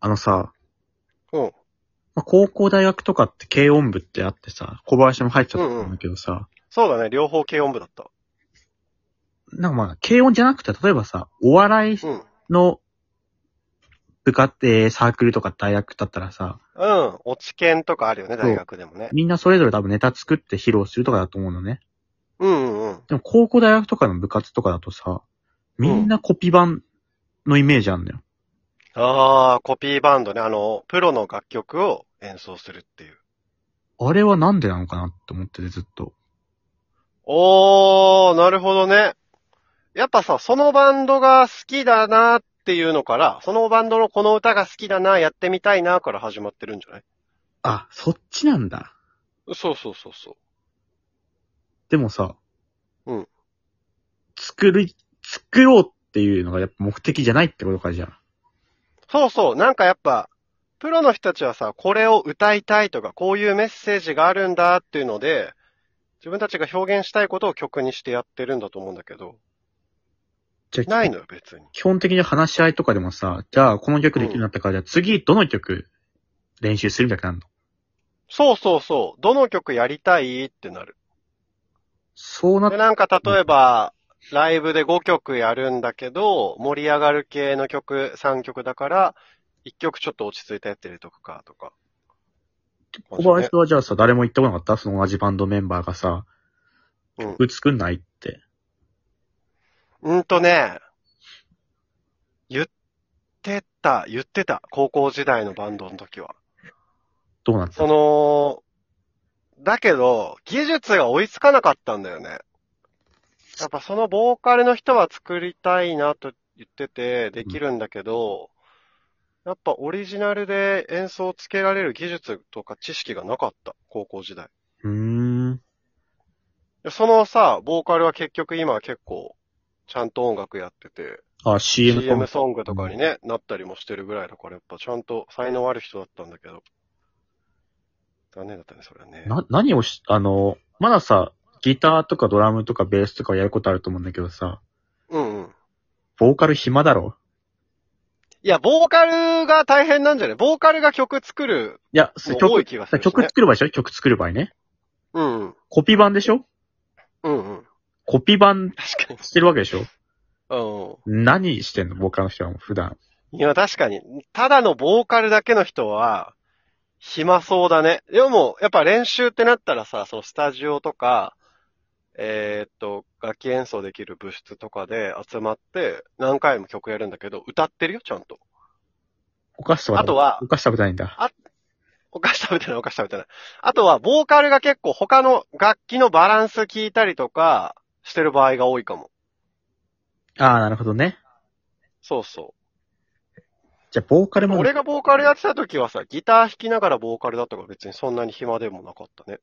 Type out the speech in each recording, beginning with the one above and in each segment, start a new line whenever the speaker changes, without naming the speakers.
あのさ、
うん。
まあ、高校大学とかって軽音部ってあってさ、小林も入っちゃったんだけどさ、
そうだね、両方軽音部だった。
なんかまあ、軽音じゃなくて、例えばさ、お笑い
うん。
の部活、えーサークルとか大学だったらさ、
うん。落ち研とかあるよね、
そう
大学でもね。
みんなそれぞれ多分ネタ作って披露するとかだと思うのね。
うんうんうん。
でも高校大学とかの部活とかだとさ、みんなコピー版のイメージあんだよ。
あー、コピーバンドね。あの、プロの楽曲を演奏するっていう。
あれはなんでなのかなって思っててずっと。
おー、なるほどね。やっぱさ、そのバンドが好きだなっていうのから、そのバンドのこの歌が好きだな、やってみたいなから始まってるんじゃない
あ、そっちなんだ。
そうそうそうそ
でもさ、
うん。
作る、作ろうっていうのがやっぱ目的じゃないってことかじゃん。
う。そうそう、なんかやっぱ、プロの人たちはさ、これを歌いたいとか、こういうメッセージがあるんだっていうので、自分たちが表現したいことを曲にしてやってるんだと思うんだけど、
じゃあ
ないのよ、別に。
基本的に話し合いとかでもさ、じゃあこの曲できるようになったから、じゃあ次どの曲練習するみたいになるの
そうそうそう、どの曲やりたいってなる。
そうなっ
で、なんか例えば、ライブで5曲やるんだけど、盛り上がる系の曲3曲だから、1曲ちょっと落ち着いたやつ入れとくか、とか。
小林はじゃあさ、誰も言ってこなかったその同じバンドメンバーがさ、
うん
曲作んないって。
うんとね、言ってた、言ってた、高校時代のバンドの時は。
どうなった
その、だけど、技術が追いつかなかったんだよね。やっぱそのボーカルの人は作りたいなと言ってて、できるんだけど、やっぱオリジナルで演奏をつけられる技術とか知識がなかった、高校時代。
うーん。
でそのさ、ボーカルは結局今は結構、ちゃんと音楽やってて、
あ、CM と
CM ソングとかにね、なったりもしてるぐらいだから、やっぱちゃんと才能ある人だったんだけど。残念だったね、それはね。
な、何をし、あの、まださ、ギターとかドラムとかベースとかやることあると思うんだけどさ、
うんうん。
ボーカル暇だろ
いや、ボーカルが大変なんじゃないボーカルが曲作る
いや、
の多
曲
い、気がするし、ね。
曲作る場合でしょ曲作る場合ね。
うんうん。
コピー版でしょ
うんうん。
コピー版
確かに。
してるわけでしょ
う
何してんのボーカルの人はもう普段。
ん。いや、確かに。ただのボーカルだけの人は、暇そうだね。でも、やっぱ練習ってなったらさ、そのスタジオとか、えーっと、楽器演奏できる部室とかで集まって、何回も曲やるんだけど、歌ってるよ、ちゃんと。
お菓子とか
あとは
お菓子食べたいんだ。
お菓子食べてない、お菓子食べてない。あとは、ボーカルが結構他の楽器のバランス聞いたりとか、してる場合が多いかも。
ああ、なるほどね。
そうそう。
じゃあ、ボーカルも、
俺がボーカルやってた時はさ、ギター弾きながらボーカルだったから別にそんなに暇でもなかったね。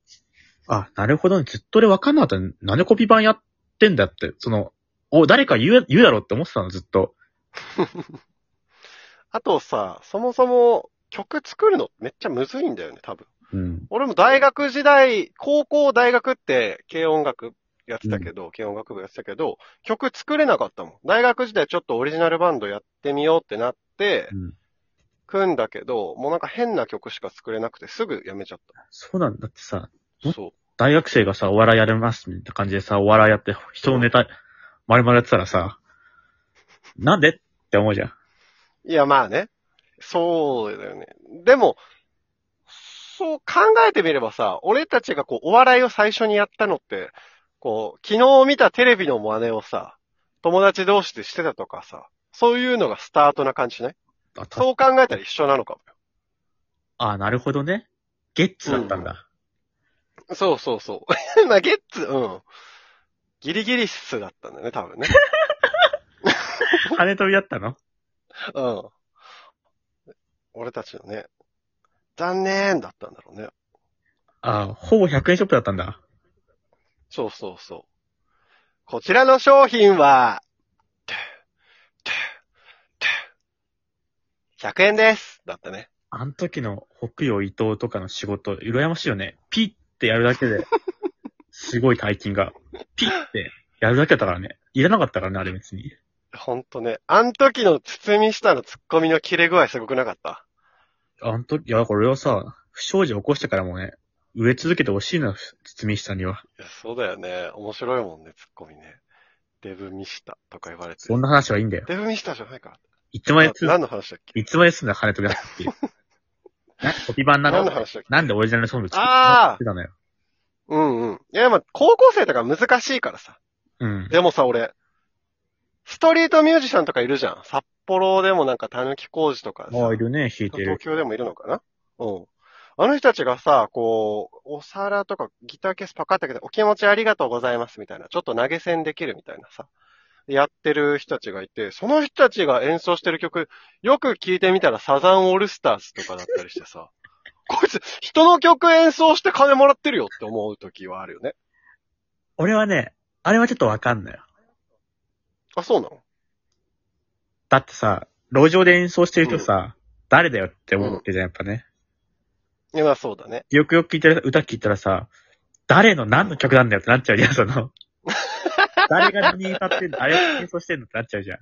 あ、なるほどね。ずっと俺わかんなかった。なんでコピー版やってんだって、その、お、誰か言う、言うだろうって思ってたの、ずっと。
あとさ、そもそも曲作るのめっちゃむずいんだよね、多分。
うん。
俺も大学時代、高校大学って軽音楽やってたけど、軽音楽部やってたけど、曲作れなかったもん。大学時代ちょっとオリジナルバンドやってみようってなって
う、ん。
組んだけど、もうなんか変な曲しか作れなくてすぐやめちゃっ
そうなんだってさ、
た。そう。
大学生がさ、お笑いやります、みたいな感じでさ、お笑いやって、人のネタ、丸々やってたらさ、なんでって思うじゃん。
いや、まあね。そうだよね。でも、そう考えてみればさ、俺たちがこう、お笑いを最初にやったのって、こう、昨日見たテレビの真似をさ、友達同士でしてたとかさ、そういうのがスタートな感じね。
あ、た
そう考えたら一緒なのかも
あ、なるほどね。ゲッツだったんだ。
よ。 そうそうそう。 まあ、ゲッツ、うん。ギリギリっすだったんだよね、多分 ね。
羽飛びだったの
うん。俺たちのね、残念だったんだろうね。
あ、ほぼ100円ショップだったんだ。
そうそうそう。こちらの商品は、100円ですだったね。
あの時の北洋伊藤とかの仕事、羨ましいよね。ピッてやるだけで、すごい大金が。ピッてやるだけだったからね。いらなかったからね、あれ別に。
ほんとね。あの時の堤み下のツッコミの切れ具合すごくなかった。
あの時、いや、これをさ、不祥事起こしてからもね、植え続けてほしいな、堤下には。
いや、そうだよね。面白いもんね、ツッコミね。デブミシタとか言われて
そ。んな話はいいんだよ。
デブミシタじゃないか。
いつまでつ
な、何の話だっけ
いつまですんだ、跳ね飛び出すっていう。 な、コピー版な
何の
の
話だっけ
なんでオリジナルソング作
あー
ってたのよ。
うんうん。いや、まあ、高校生とか難しいからさ。
うん。
でもさ、俺、ストリートミュージシャンとかいるじゃん。札幌でもなんか、たぬき工事とかさ
もういるね、弾いて
東
る。
京でもいるのかなうん。あの人たちがさ、こう、お皿とかギターケースパカって開けて、お気持ちありがとうございますみたいな、ちょっと投げ銭できるみたいなさ、やってる人たちがいて、その人たちが演奏してる曲、よく聞いてみたらサザンオールスターズとかだったりしてさ、 こいつ、人の曲演奏して金もらってるよって思う時はあるよね。
俺はね、あれはちょっとわかんない。
あ、そうなの
だってさ、路上で演奏してる人さ、誰だよって思ってじゃん、やっぱね。
いや、まあそうだね。
よくよく聞いてる歌聞いたらさ、誰の何の曲なんだよってなっちゃう じゃん、その。誰が何歌ってんのあれを演奏してんのってなっちゃうじゃん。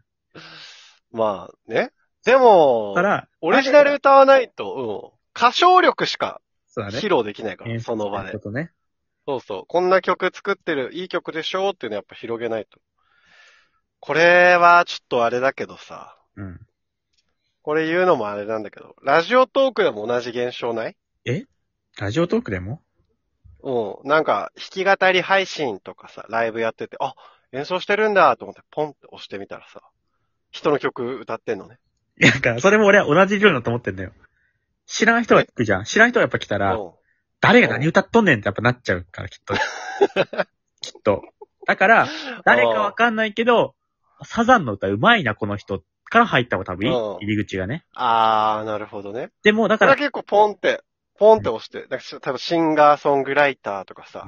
まあね。でも
だか、ら、
オリジナル歌わないと、うん。歌唱力しか
そうだね
披。露できないから、
演
そ
奏
の場
す
で
る。ことね。
そうそう。こんな曲作ってる、いい曲でしょっていうのやっぱ広げないと。これはちょっとあれだけどさ。
うん。
これ言うのもあれなんだけど。ラジオトークでも同じ現象ない
ラジオトークでも
うん。なんか、弾き語り配信とかさ、ライブやってて、あ、演奏してるんだと思ってポンって押してみたらさ、人の曲歌ってんのね。
いやだから、それも俺は同じ量だと思ってんだよ。知らん人が聞くじゃん。知らん人がやっぱ来た
う
ら、
ん。
誰が何歌っとんねんってやっぱなっちゃうから、きっ と。きっと。だから、誰かわかんないけど、サザンの歌うまいな、この人から入った方が多分いい
うん
入り口がね。
あー、なるほどね。
でも、だ
こ
か
れは
ら、
結構ポンって、ポンって押して、なんか多分シンガーソングライターとかさ、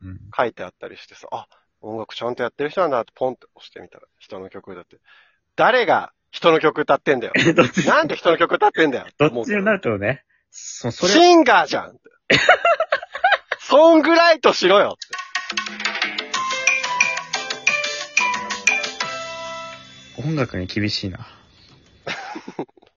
うん
書いてあったりしてさ、あ、音楽ちゃんとやってる人なんだってポンって押してみたら、人の曲歌って。誰が人の曲歌っ てんだよ。
どっち、
なんで人の曲歌ってんだよ
ど
思
っ
う
ち
け
になるとね、そ、それ、
シンガーじゃん って。ソングライトしろよって。
音楽に厳しいな。